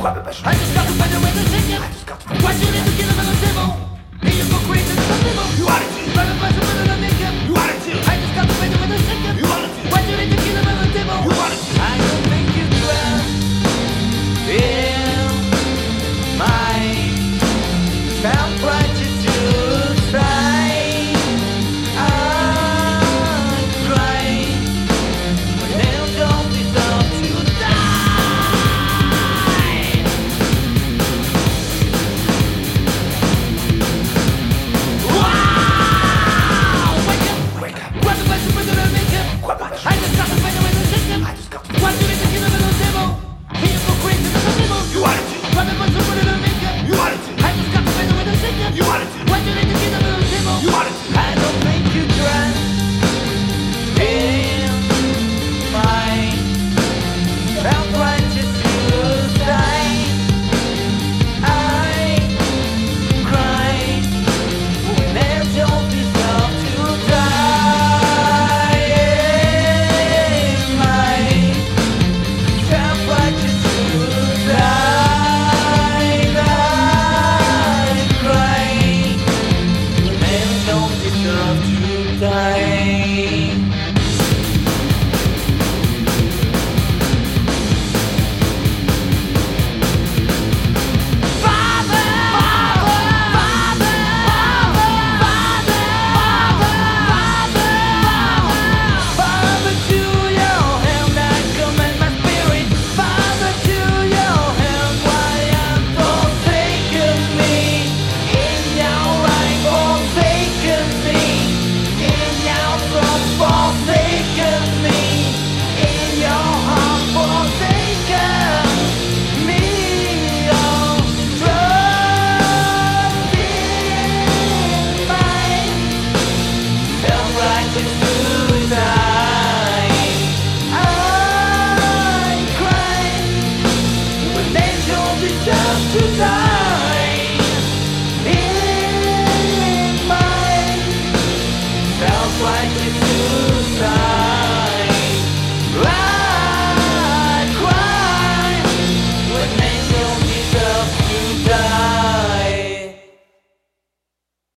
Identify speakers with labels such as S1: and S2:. S1: rubbish. I just got offended with the ticket. I just got